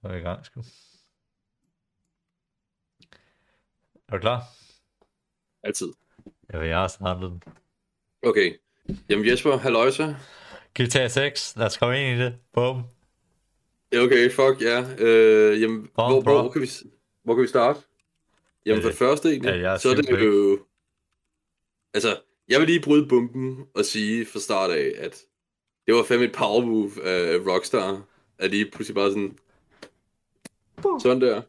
Så er jeg i gang, sgu. Er du klar? Altid. Ja, jeg har startet den. Okay. Jamen Jesper, halløjsa. Guitar 6, lad os komme ind i det. Bum. Ja, Okay, fuck ja. Øh, jamen, Bra, hvor, bra. hvor, hvor, kan vi, s- hvor kan vi starte? Jamen Øh, for det første egentlig, ja, jeg er så er det simpelthen jo... Altså, jeg vil lige bryde bomben og sige fra start af, at det var fandme et power move af Rockstar, at lige pludselig bare sådan... Sådan der.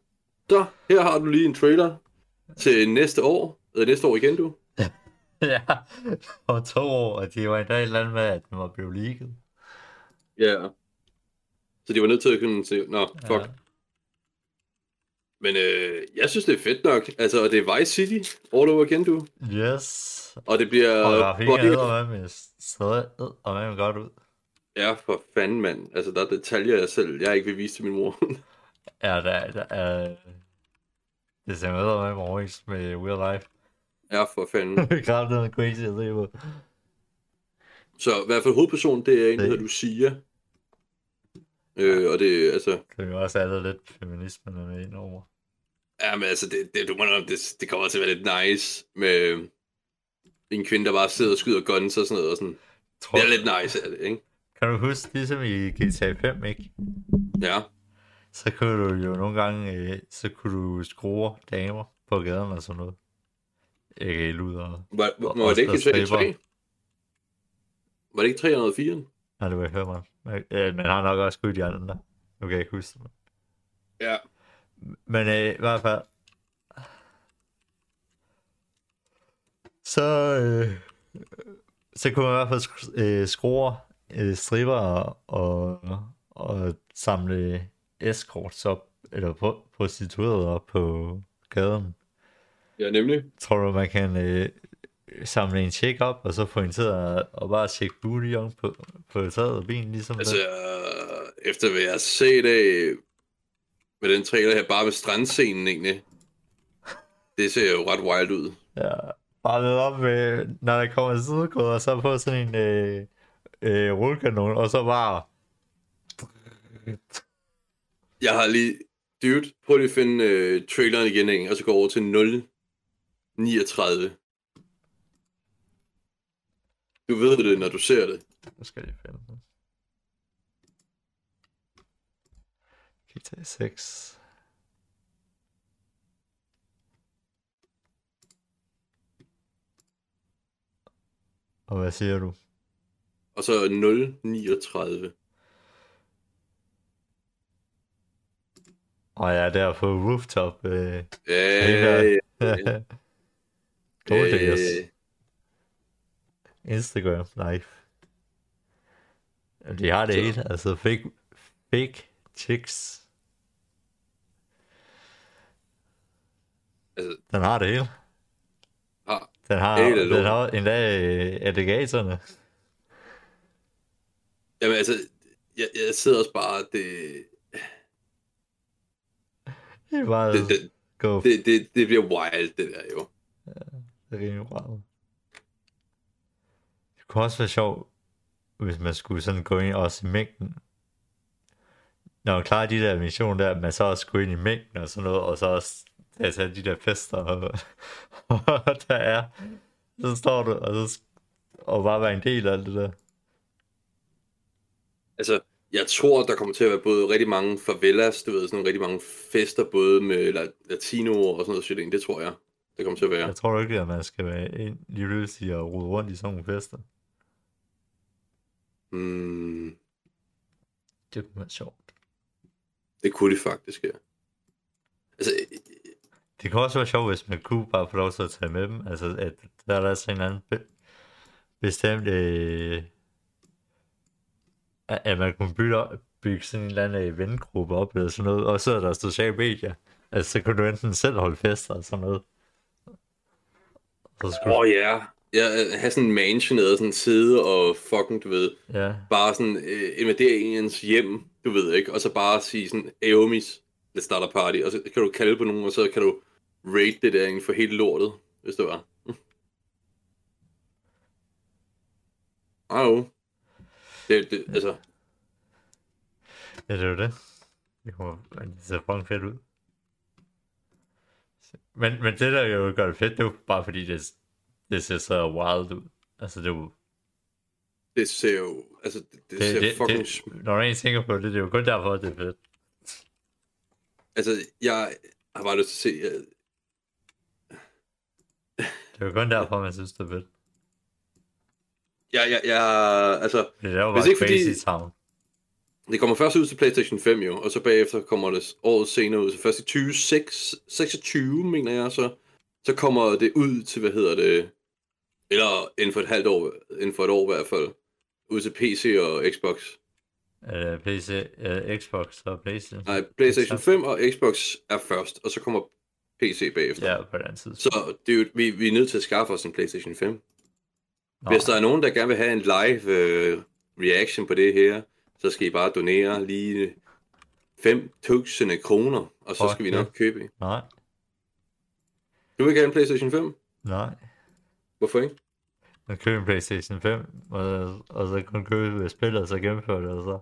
Så, her har du lige en trailer til næste år. Eller næste år igen, du. ja, for to år, og det var endda et eller andet med, at den var blevet leaget. Ja. Så de var nødt til at kunne se, nå, fuck. Ja. Ja. Men øh, jeg synes, det er fedt nok. Altså, og det er Vice City all over igen, du. Yes. Og det bliver... Og grafikken body- er med, så og med godt ud. Ja, for fanden, mand. Altså, der er detaljer, jeg selv jeg ikke vil vise til min mor. Ja, der, der er... Det ser med med overens med real life. ja, for fanden. Kraft noget crazy at se på. Så i hvert fald hovedpersonen, det er en, der Det- hedder Lucia. Øh, og det, er, altså... Det er jo også allerede lidt feminismen er med ind over. Ja, men altså, det, det, du må nok, det, det kommer til at være lidt nice med en kvinde, der bare sidder og skyder guns og sådan noget. Og sådan. Tror, Det er lidt nice, er det, ikke? Kan du huske, ligesom i GTA 5, ikke? Ja. Så kunne du jo nogle gange, øh, så kunne du skrue damer på gaden og sådan noget. Ikke luder. Var, var, Og- var, og det ikke i så tre- i stripper. tre? Var det ikke 304? Nej, det var i Herman. Øh, men han har nok også skudt de andre. Nu kan jeg ikke huske det. Ja. Men øh, i hvert fald... Så... Øh, så kunne man i hvert fald sk- øh, skrue øh, stripper og, og, og samle escorts op, eller på, prostituerede op på gaden. Ja, nemlig. Tror du, man kan øh, samle en check op, og så få en til at og bare tjekke bouillon på, på taget af bilen, ligesom Altså, det? øh, efter hvad jeg har set af med den trailer her, bare med strandscenen egentlig, det ser jo ret wild ud. Ja, bare lidt op med, når der kommer sidekoder, og så på sådan en øh, øh, rullekanon, og så bare... Jeg har lige... Dude, prøv lige at finde øh, traileren igen, ikke? og så gå over til 039. Du ved det, når du ser det. Nu skal jeg finde den. GTA 6. Og hvad siger du? Og så 039. Og jeg er der på rooftop. Øh. Ja, Ja, ja, ja. Gode Øh. days. Instagram live. Jamen, De har det Så- hele, altså fake, fake chicks. Altså- Den har det hele. Har- Den har, hele den lortet. har endda øh, alligatorerne. Jamen altså, jeg, jeg sidder også bare, det, Det er bare det, det, go det, det, det, det bliver wild, det der jo. det er rimelig meget. Det kunne også være sjovt, hvis man skulle sådan gå ind også i mængden. Når man klarer de der missioner der, man så også gå ind i mængden og sådan noget, og så også tage til alle de der fester, og, og der er. Så står du, og, så, og bare være en del af alt det der. Altså, jeg tror, der kommer til at være både rigtig mange favelas, du ved, sådan nogle rigtig mange fester, både med la- latinoer og sådan noget shit, det tror jeg, det kommer til at være. Jeg tror ikke, at man skal være ind lige pludselig og rode rundt i sådan nogle fester. Mm, Det kunne være sjovt. det kunne det faktisk, ja. Altså, Det kunne også være sjovt, hvis man kunne bare få lov til at tage med dem. Altså, at der er der altså en eller anden be- bestemt... Øh, at at man kunne bygge, op, bygge sådan en eller anden øh, vengruppe op, eller sådan noget. Og så er der sociale medier. Altså, så kunne du enten selv holde fester og sådan noget. Og så åh skulle, oh, ja, yeah. jeg har sådan en mansion eller sådan en side og fucking, du ved, ja, bare sådan øh, invadere ens hjem, du ved ikke, og så bare sige sådan, hey homies, let's start a party, og så kan du kalde på nogen, og så kan du raid det der inden for hele lortet, hvis det var. Au. Det, det, altså, ja, det er jo det. Det, kommer, det ser fucking fedt ud. Men, men det der jo gør det fedt, det er jo bare fordi, det, det ser så wild ud. Altså det er jo... Det ser jo... Altså, det, det, det Det, ser det, fucking... sm- det, når man egentlig tænker på det, det er jo kun derfor, at det er fedt. Altså, jeg har bare lyst til at se... øh, Det er jo kun derfor, man synes, det er fedt. Jeg, jeg, jeg, altså, Det er jo Hvis bare ikke crazy fordi- fordi... town. det kommer først ud til PlayStation 5 jo, og så bagefter kommer det s- året senere ud. Så først i 2026, mener jeg så, så kommer det ud til, hvad hedder det, eller inden for et halvt år, inden for et år i hvert fald, ud til PC og Xbox. Eller PC, uh, Xbox og PlayStation. Nej, PlayStation 5 og Xbox er først, og så kommer PC bagefter. Ja, på den anden side. Så det er jo, vi, vi er nødt til at skaffe os en PlayStation 5. Nå, Hvis der er nogen, der gerne vil have en live øh, reaction på det her, så skal I bare donere lige 5.000 kroner, og så Fuck skal vi ja. nok købe en. Nej, Du vil ikke have en PlayStation 5? nej. Hvorfor ikke? Man køber en Playstation 5, og, og så kun købe spillet, og så gennemføre det, og så,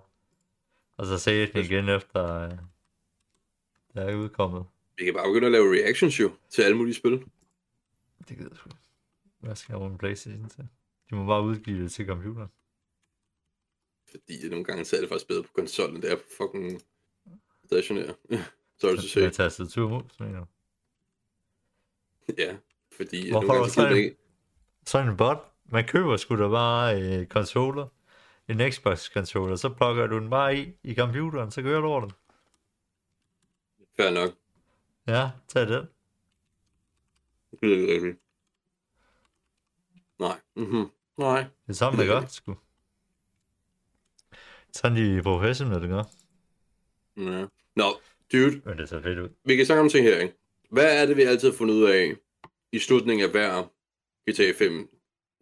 og så se den igen efter, øh, der er udkommet. Vi kan bare begynde at lave reactions jo, til alle mulige spil. Det gider jeg sgu. ikke. Hvad skal jeg bruge en Playstation til? De må bare udgive det til computeren. Fordi nogle gange så er det faktisk bedre på konsollen, det er på fucking stationær. Sorry to say. Med tastatur og mus, mener du? Ja, fordi Hvorfor nogle gange også så gider det det? ikke. Sådan en bot. Man køber sgu da bare øh, controller. En Xbox-controller. Så plukker du den bare i, i computeren, så kører du over den. Fair nok. Ja, tag den. Det lyder ikke rigtigt. Nej. Mhm. Nej. Det er sådan, det gør, sgu. Sådan de professionelle gør. Ja. Nå, dude. Men det ser fedt ud. vi kan snakke om ting her, ikke? Hvad er det, vi altid har fundet ud af i slutningen af hver GTA 5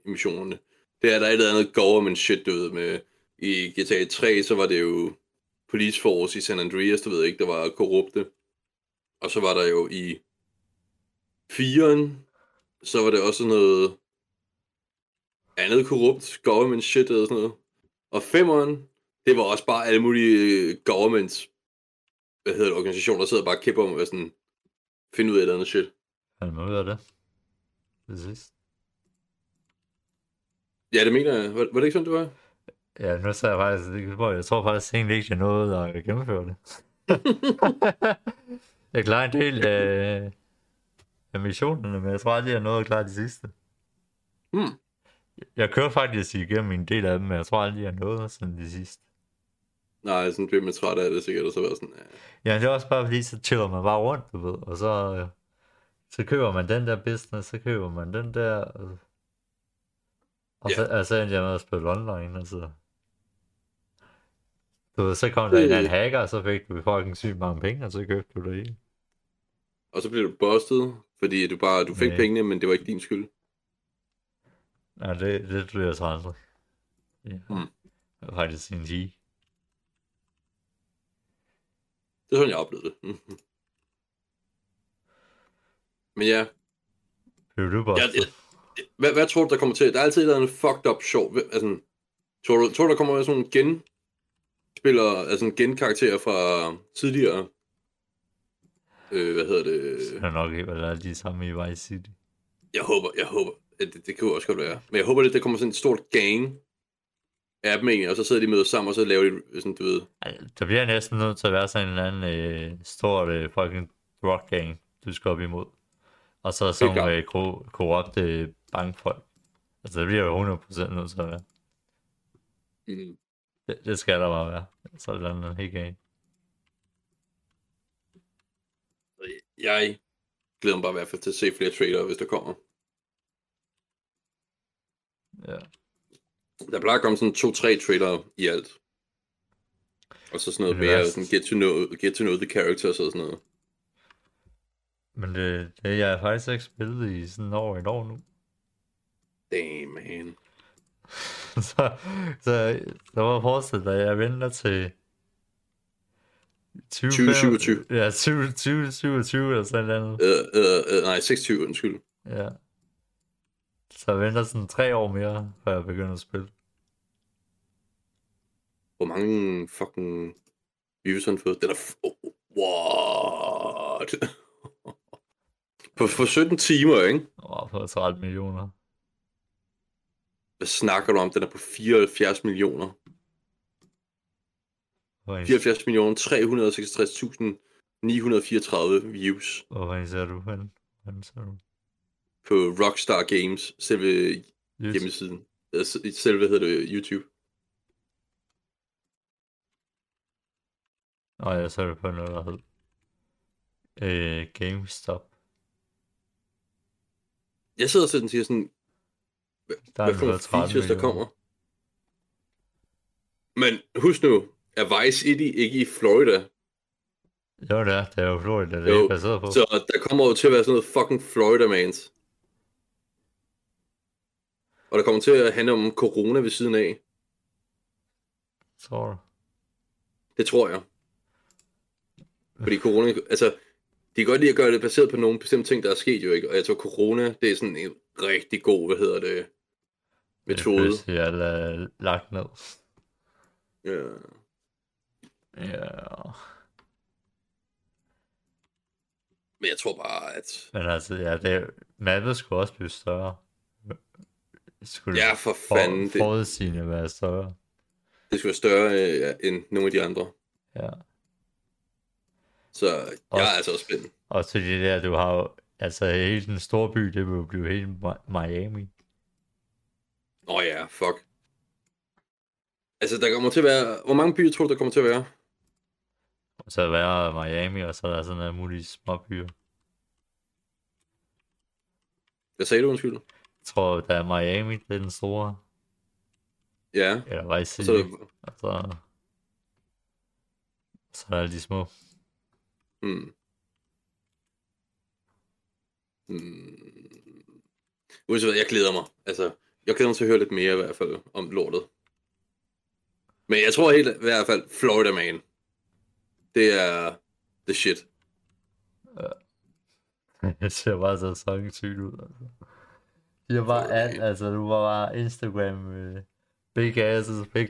missionerne? Det er, at der er et eller andet government shit, du ved, med i GTA 3, så var det jo Police Force i San Andreas, du ved ikke, der var korrupte. Og så var der jo i 4'eren, så var det også sådan noget andet korrupt government shit eller sådan noget. Og 5'eren, det var også bare alle mulige government hvad hedder det, organisation, der sidder bare og kæmper om at sådan, finde ud af et eller andet shit. Han må ud af det. Præcis. Ja, det mener jeg. Var, var det ikke sådan, det var? Ja, nu sagde jeg faktisk, det kan- jeg tror faktisk egentlig ikke, jeg nåede at gennemføre det. jeg klarer en del af, af missionerne, men jeg tror aldrig, jeg nåede at klare de sidste. Hmm. Jeg kører faktisk igennem en del af dem, men jeg tror aldrig, jeg nåede sådan de sidste. Nej, sådan blev man træt af det sikkert, og så var jeg sådan, ja. Ja, det er også bare fordi, så chiller man bare rundt, du ved, og så, øh, så køber man den der business, så køber man den der, og, og så, og så endte jeg med at spille online, altså. Du ved, så kom der en eller Øh. anden hacker, og så fik du fucking sygt mange penge, og så købte du det hele. Og så blev du busted, fordi du bare, du fik Nej. pengene, men det var ikke din skyld. Nej, det, det blev jeg så aldrig. Ja. Mm. Det var faktisk en G. Det er sådan, jeg oplevede det. Mhm. men ja, Blev du bare? Ja, det- hvad, hvad tror du, der kommer til? Der er altid et eller andet fucked up sjov. Hvem- Altså, tror du, tror du, der kommer sådan en gen spiller, altså en genkarakter fra tidligere? Øh, hvad hedder det? det er nok ikke, hvad der er de samme i Vice City. Jeg håber, jeg håber. at Det, det kan jo også godt være. Men jeg håber, at der kommer sådan et stort gang af dem egentlig, og så sidder de med sammen, og så laver de sådan, du ved... Altså, Der bliver næsten nødt til at være sådan en eller anden øh, stor øh, fucking rock gang, du skal op imod. Og så sådan klart. nogle øh, kor- korrupte øh, bankfolk. Altså, det bliver jo 100% nødt til at være. Mm. Det, det skal der bare være. Så er der noget helt galt. Jeg glæder mig bare i hvert fald til at se flere trailere, hvis der kommer. Ja. Der plejer at komme sådan to-tre trailere i alt. Og så sådan noget Men det mere, værste- sådan get to, know, get to know the characters og sådan noget. Men det, det, jeg har faktisk ikke spillet i sådan over et år nu. Damn, man. så, så, så var forestillet dig, at jeg venter til 20, 2027. Ja, 20, 2027 eller sådan noget. Øh, øh, øh, nej, 26, undskyld. Ja. Så jeg venter sådan tre år mere, før jeg begynder at spille. Hvor mange fucking Vives har han fået. Den er... F- oh, what? på, på 17 timer, ikke? Åh, for 30 millioner. Hvad snakker du om? Den er på 74 millioner. Hvor er en- 74 millioner 366.934 views Hvor er en ser du henne? Hvordan ser du? på Rockstar Games, selve Yes. hjemmesiden. Øh, s- Selve, hvad hedder det, YouTube. Nå, jeg så det på noget, der hed. Øh, GameStop. Jeg sidder og sådan og siger sådan, Der hvad den for nogle fået 30 features, der millioner. kommer. Men husk nu, er Vice City ikke i Florida? Jo, det er. Det er jo Florida, det er Jo, ikke baseret på. Så der kommer jo til at være sådan noget fucking Florida Mans. Og der kommer til at handle om corona ved siden af. Tror du? Det tror jeg. Fordi corona, altså, de kan godt lide at gøre det baseret på nogle bestemte ting, der er sket jo ikke. Og jeg tror, corona, det er sådan en rigtig god, hvad hedder det, Det metode. er bedst, jeg er lagt ned. Ja. Ja. Men jeg tror bare, at... Men altså, ja, det er, mappet skulle også blive større. Skulle Ja, for fanden, Mm. for, det, forudsigende være større. det skulle være større øh, ja, end nogle af de andre. Ja. Så jeg er altså også spændt. Og så det der, du har jo, altså hele den store by, det vil jo blive hele Mi- Miami. Åh oh, ja, fuck. Altså, der kommer til at være... Hvor mange byer tror du, der kommer til at være? Og så være Miami, og så er der sådan nogle mulige småbyer. Hvad sagde du, undskyld? Jeg tror, der er Miami, det er den store. Ja, Eller Vice City. og så er der... Og så... Så er der alle de små. Hmm. Hmm. Uanset hvad, jeg glæder mig. Altså, jeg glæder mig til at høre lidt mere i hvert fald om lortet. Men jeg tror helt i hvert fald, Florida Man. Det er the shit. Det ser bare så sådan sygt ud, altså. De har bare alt, altså du var bare Instagram, øh, big asses, big,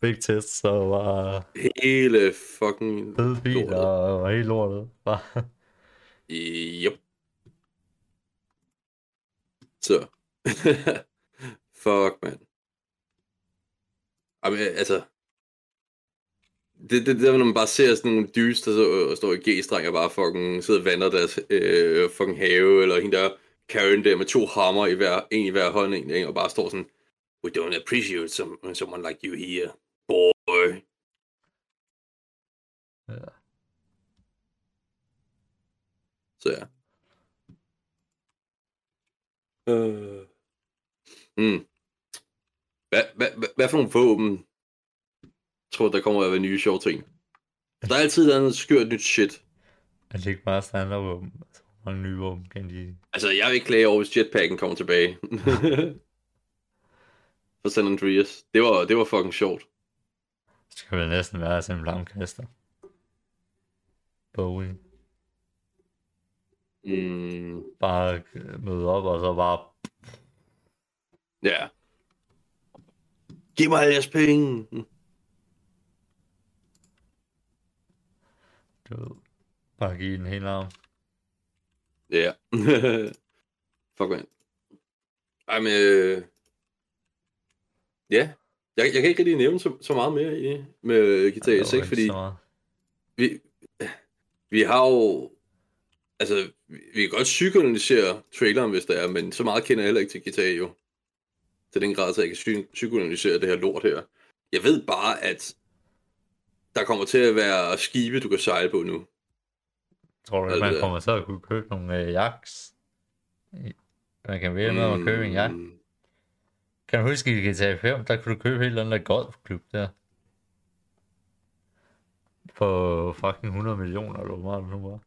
big tits, og bare Hele fucking... fede biler Lortet. og, og helt lortet. Bare, Yep. Så. Fuck, mand. Jamen, øh, altså... Det, det, det er, når man bare ser sådan nogle dyst, der så, øh, og står i G-streng og bare fucking sidder og vander deres øh, fucking have, eller hende der Karen der med to hammer i hver, en i hver hånd, en, ikke? og bare står sådan, We don't appreciate some, someone like you here, boy. ja. Så ja. Øh. Mm. Hvad, hvad, hvad, hvad for nogle våben tror du, der kommer at være nye sjove ting? Der er altid noget skørt nyt shit. Er det ikke bare standardvåben? Altså, hvor mange nye våben kan de... Altså, jeg vil ikke klage over, hvis jetpacken kommer tilbage. For San Andreas. Det var, det var fucking sjovt. Det skal vel næsten være sådan en flammekaster. Bowie. Mm. Bare øh, møde op, og så bare... Ja. Giv mig alle jeres penge. Du ved, bare give den hele arm. Ja. Fuck, man. Ej, men... Øh... Ja. Jeg, jeg kan ikke rigtig nævne så, så meget mere i med Der GTA var 6, altså fordi så meget. vi, vi har jo... Altså, vi, vi kan godt psykoanalysere traileren, hvis der er, men så meget kender jeg heller ikke til GTA jo. Til den grad, så jeg kan psy- psykoanalysere det her lort her. Jeg ved bare, at der kommer til at være skibe, du kan sejle på nu. Tror du, Hvad at er det man der? kommer til at kunne købe nogle øh, jaks? Man kan vælge med at købe en jagt. Mm. Kan du huske, i GTA 5, der kunne du købe helt andet golfklub der? På fucking 100 millioner, eller hvor meget det nu var.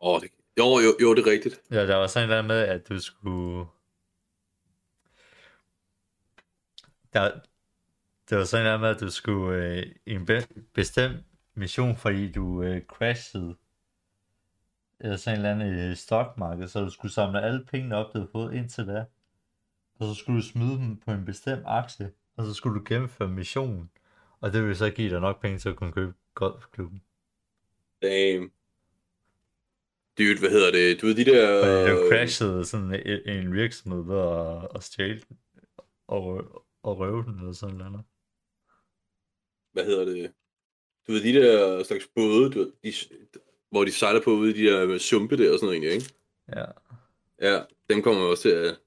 Åh, det... Jo, jo, jo, det er rigtigt. Ja, der var sådan et eller andet med, at du skulle... Der, det var sådan et eller andet med, at du skulle øh, i en be- bestemt mission, fordi du øh, crashede. Eller sådan et eller andet øh, stockmarked, så du skulle samle alle pengene op, du havde fået indtil da. Og så skulle du smide dem på en bestemt aktie, og så skulle du gennemføre missionen. Og det ville så give dig nok penge til at kunne købe golfklubben. Damn. Dude, hvad hedder det? Du ved de der... øh, Og jeg crashede sådan en, en virksomhed der og, og stjal den og, rø- og røve den eller sådan noget. Hvad hedder det? Du ved de der slags både, du ved, de, hvor de sejler på ude i de der sumpe der og sådan noget egentlig, ikke? Ja. Ja, dem kommer jeg også til at...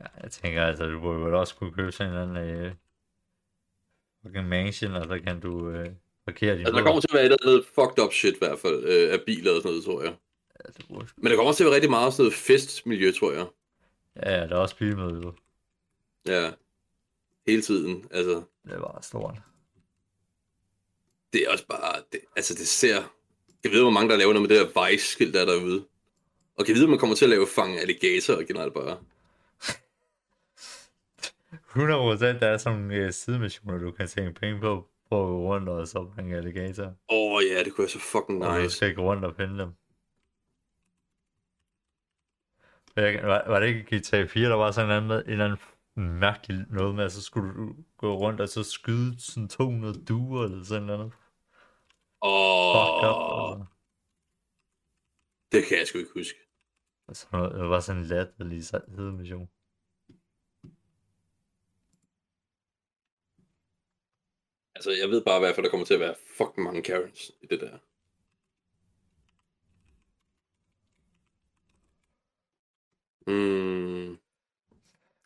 ja, jeg tænker altså, du burde vel også kunne købe sådan en eller anden øh, fucking mansion, og så kan du øh, parkere din Altså, der båd. kommer til at være et eller andet fucked up shit i hvert fald øh, af biler og sådan noget, tror jeg. Ja, det burde... Men der kommer også til at være rigtig meget sådan noget festmiljø, tror jeg. ja, ja, der er også bymøde, jo. Ja. Hele tiden. Altså, Det var stort. det er også bare... Det, altså, det ser... Jeg ved, hvor mange der laver noget med det der vejskilt, der er derude. Og kan vide, om man kommer til at lave fange alligatorer generelt bare. 100% der er sådan nogle øh, sidemissioner, du kan tjene penge på, på at gå rundt og så bringe alligator. Åh oh, ja, det kunne være så fucking Og du nice. skal gå rundt og finde dem. Og Jeg, var, var det ikke i GTA 4, der var sådan en eller anden, med, en eller anden mærkelig noget med, at så skulle du gå rundt og så skyde sådan 200 duer eller sådan noget. Fuck up. altså. Åh, oh, Og, det kan jeg sgu ikke huske. og sådan noget. Det var sådan en latterlig sidemission. Altså, jeg ved bare i hvert fald, der kommer til at være fucking mange Karens i det der. Mm.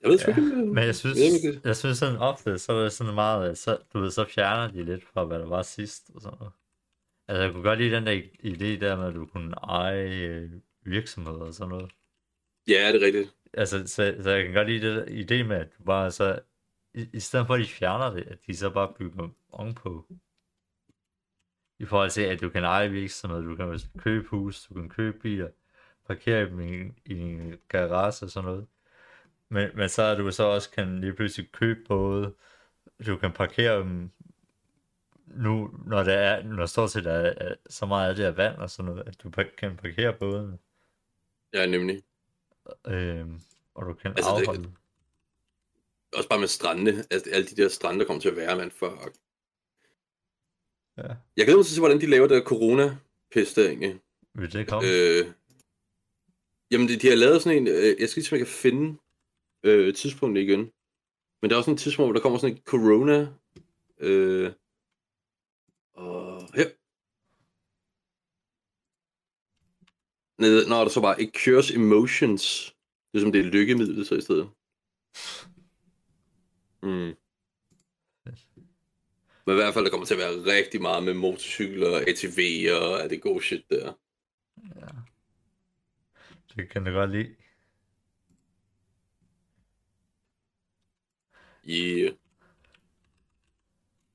Jeg ved sgu Ja, ikke, om det- Men jeg synes, ved ikke, om det- jeg synes sådan ofte, så er det sådan meget, øh, så, du ved, så fjerner de lidt fra, hvad der var sidst og sådan noget. Altså, jeg kunne godt lide den der idé der med, at du kunne eje øh, virksomheder og sådan noget. Ja, det er rigtigt. Altså, så, så jeg kan godt lide det idé med, at du bare så, i, i stedet for at de fjerner det, at de så bare bygger ovenpå. I forhold til, at du kan eje virksomhed, du kan købe hus, du kan købe biler, parkere dem i, i en garage og sådan noget. Men, men så er du så også kan lige pludselig købe både, du kan parkere dem nu, når der er, når stort set er, er så meget af det er vand og sådan noget, at du par- kan parkere bådene, Ja, nemlig. øh, og du kan Altså, altså, det- afholde det, Også bare med strandene. Altså, alle de der strande, der kommer til at være, man. Fuck. Ja. Jeg glæder mig til at se, hvordan de laver det der corona-pis der, egentlig. Vil det komme? Øh, jamen, de, de har lavet sådan en... Øh, jeg skal lige se, om jeg kan finde øh, tidspunktet igen. Men der er også sådan et tidspunkt, hvor der kommer sådan en corona... Øh, og her. Nede, når der så bare, it cures emotions. Det er som det er lykkemidlet så i stedet. Mm. Men i hvert fald, der kommer til at være rigtig meget med motorcykler, ATV'er og alt det gode shit der. Det kan du godt lide. Yeah.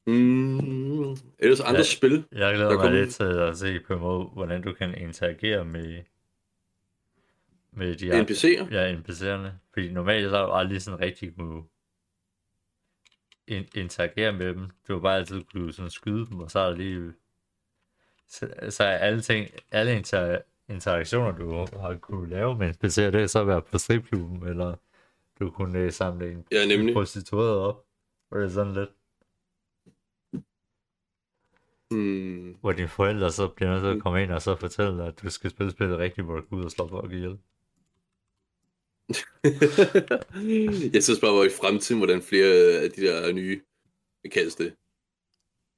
Mm. Ellers andre Ja. ja. spil. Jeg Der glæder mig kommer- lidt til at se på en måde, hvordan du kan interagere med, med de Ja. andre- NPC'er. ja, NPC'erne. Fordi normalt så har du aldrig sådan rigtig kunne in- interagere med dem. Du har bare altid kunne sådan skyde dem, og så er der lige... Så, så er alle ting, alle inter- interaktioner, du har kunne lave med NPC'er, det er så at være på stripklubben, eller du kunne øh, samle en Ja, nemlig. prostitueret op. Og det er sådan lidt... Mm. hvor dine forældre så bliver nødt til at komme ind og så fortælle dig, at du skal spille spillet rigtigt, hvor du går ud og slår folk ihjel. jeg synes bare, hvor i fremtiden, hvordan flere af de der nye, hvad kaldes det?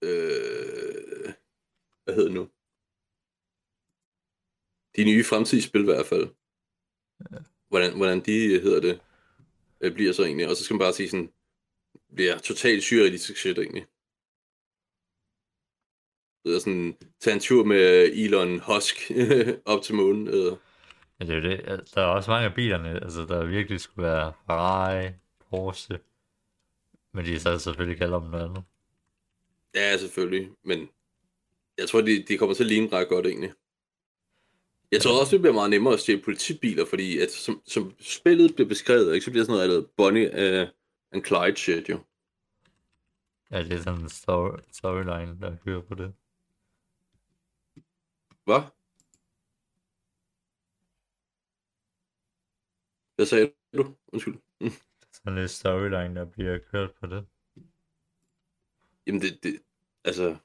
Øh, hvad hedder det nu? De nye fremtidsspil i hvert fald. Hvordan, hvordan de øh, hedder det, øh, bliver så egentlig. Og så skal man bare sige sådan, bliver totalt surrealistisk shit egentlig. Det er sådan, tage en tur med Elon Husk op til månen. Eller. Ja, det er jo det. Altså, Der er også mange af bilerne, altså der virkelig skulle være Ferrari, Porsche, men de er så selvfølgelig kalder dem noget andet. Ja, selvfølgelig, men jeg tror, de, de kommer til at ligne ret godt egentlig. Jeg tror også, det bliver meget nemmere at stjæle politibiler, fordi at som, som spillet bliver beskrevet, ikke, så bliver sådan noget allerede Bonnie uh, and Clyde shit jo. Ja, det er sådan en story, storyline, der kører på det. Hvad? Hvad sagde du? Undskyld. Sådan lidt storyline, der bliver kørt på det. Jamen det, det altså,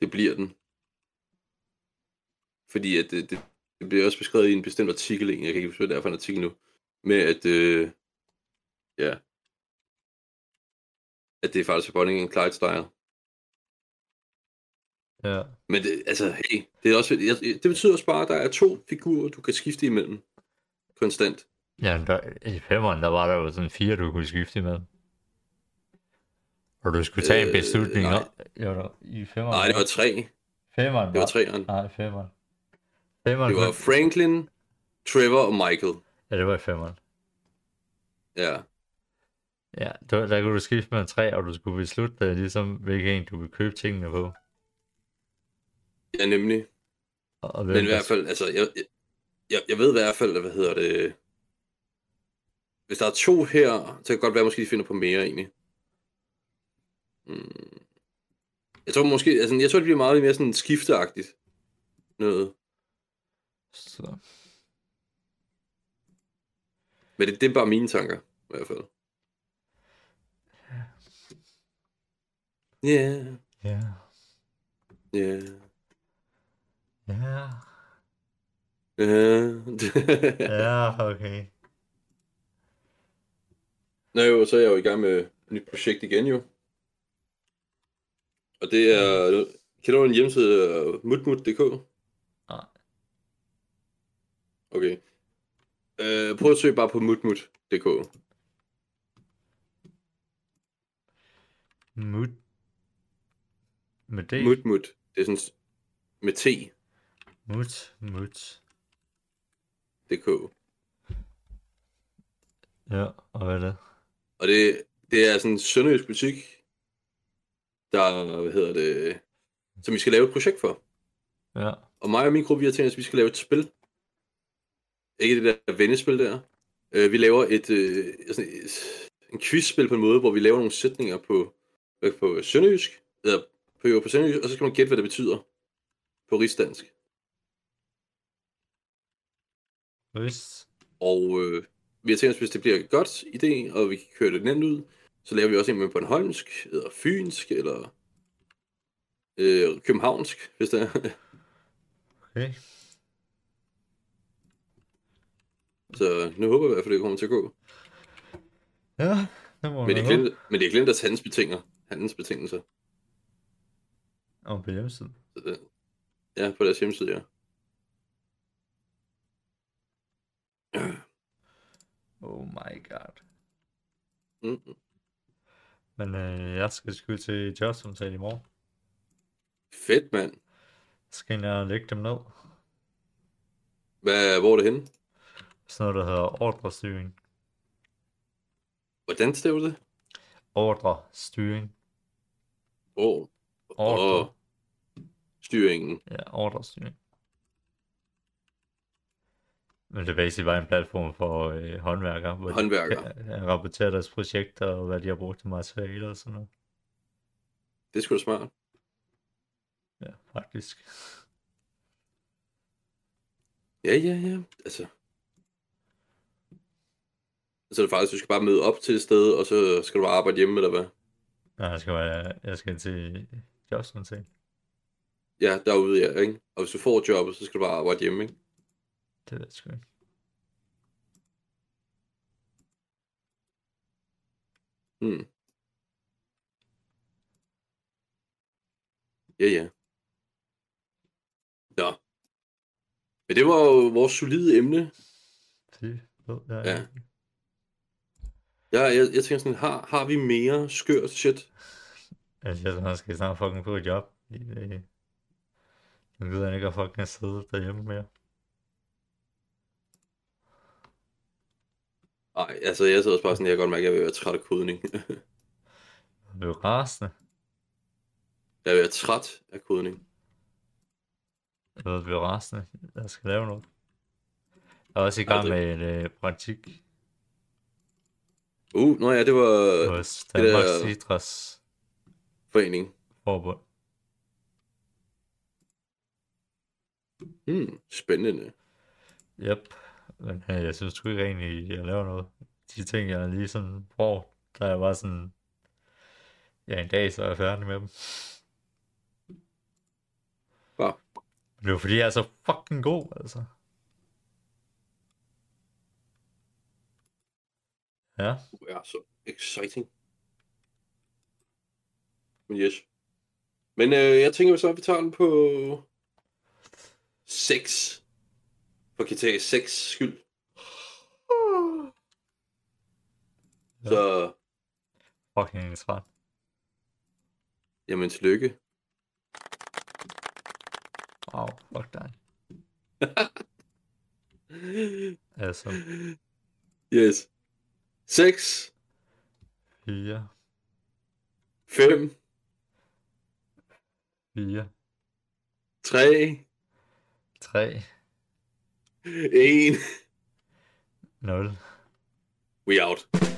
det bliver den. Fordi at det, det, det bliver også beskrevet i en bestemt artikel, en, jeg kan ikke huske, hvad det er for en artikel nu, med at, øh, ja, at det er faktisk Bonnie en Clyde style. Ja. Men det, altså, hey, det, er også, jeg- det betyder også bare, at der er to figurer, du kan skifte imellem konstant. Ja, men der, i femmeren, der var der jo sådan fire, du kunne skifte imellem. Og du skulle tage øh, en Øh, beslutning nej. om... Jo, der, i femmeren. Nej, det var tre. Femmeren Det var treeren. Nej, femmeren. Femmeren. Det var Franklin, Trevor og Michael. Ja, det var i femmeren. Ja, Ja, der, der kunne du skifte mellem tre, og du skulle beslutte dig ligesom, hvilken en du ville købe tingene på. ja nemlig. Og, og Men i hvert fald, altså, jeg, jeg- jeg, jeg ved i hvert fald, hvad hedder det... Hvis der er to her, så kan det godt være, måske de finder på mere, egentlig. Mm. Jeg tror måske, altså, jeg tror, det bliver meget mere sådan skifteagtigt. Noget. Så, Men det, det er bare mine tanker, i hvert fald. Ja, yeah, ja, ja, yeah, ja, yeah. ja, okay. Nå jo, så er jeg jo i gang med et nyt projekt igen jo. Og det er... Kender du en hjemmeside, øh, der hedder mutmut.dk? Nej. Okay. Øh, prøv at søge bare på mutmut.dk. Mut. Med det. Mut. Mutmut. Det er sådan s- med t.dk. Mut. Mut. Ja, og hvad er det? Og det, det er sådan en sønderjysk butik, der, hvad hedder det, som vi skal lave et projekt for. Ja. Og mig og min gruppe, vi har tænkt os, at vi skal lave et spil. Ikke det der vendespil der. Øh, vi laver et, øh, sådan et, en quizspil på en måde, hvor vi laver nogle sætninger på, øh, på sønderjysk, eller på, jo, på sønderjysk, og så skal man gætte, hvad det betyder på rigsdansk. Hvis. Og øh, vi har tænkt os, hvis det bliver et godt idé, og vi kan køre det nemt ud, så laver vi også en med Bornholmsk, eller Fynsk, eller øh, Københavnsk, hvis det er. Okay. så nu håber jeg i hvert fald, det kommer til at gå. Ja, det må Men de, man håbe. glemte, men de glemte deres handelsbetinger, handelsbetingelser Og på hjemmesiden. Så det- ja, på deres hjemmeside, ja. Oh my god. Mm. Men øh, jeg skal sgu til jobsamtale i morgen. Fedt, mand. Jeg skal ind og lægge dem ned. Hvad, hvor er det henne? Sådan noget, der hedder ordrestyring. Hvordan står det? Ordrestyring. Hvor? Ordre. Åh. Styringen. Ja, ordrestyring. Men det er basically bare en platform for øh, håndværkere, hvor Håndværkere. de kan, øh, rapportere deres projekter og hvad de har brugt til materialer og sådan noget. Det er sgu da smart. Ja, faktisk. Ja, ja, ja. Altså. Så er det faktisk, du skal bare møde op til et sted, og så skal du bare arbejde hjemme, eller hvad? Nej, jeg skal, være, jeg skal til jobsamtale. Ja, derude, ja, ikke? Og hvis du får jobbet, så skal du bare arbejde hjemme, ikke? Det ved jeg sgu ikke. Mm. Ja, ja. Nå. Men det var jo vores solide emne. Det ved jeg Ja. ikke. Jeg, jeg, jeg tænker sådan, har, har vi mere skørt shit? Altså, jeg snart skal snart fucking få et job. fordi det- Nu gider jeg ikke at fucking sidde derhjemme mere. Nej, altså jeg sidder også bare sådan, jeg kan godt mærke, at jeg vil være træt af kodning. Jeg blev rasende. jeg vil være træt af kodning. Jeg ved, jeg blev rasende. Jeg skal lave noget. Jeg er også i gang det- med en øh, praktik Uh, nå ja, det var hos Danmarks der- Idrætsforbund. forening. Hmm, spændende. Yep. Men øh, jeg synes sgu ikke egentlig, jeg laver noget. De ting, jeg lige sådan får, der er bare sådan... Ja, en dag, så er jeg færdig med dem. Men det var fordi, jeg er så fucking god, altså. Ja. Du er så exciting. Men yes. Men øh, jeg tænker så, at vi tager den på 6. For GTA 6 skyld. Ja. Så, Fucking egentlig træt. jamen tillykke. Wow, fuck dig. Altså, Yes. 6, 4, 5, 4, 3, 3, 1. 0. We out.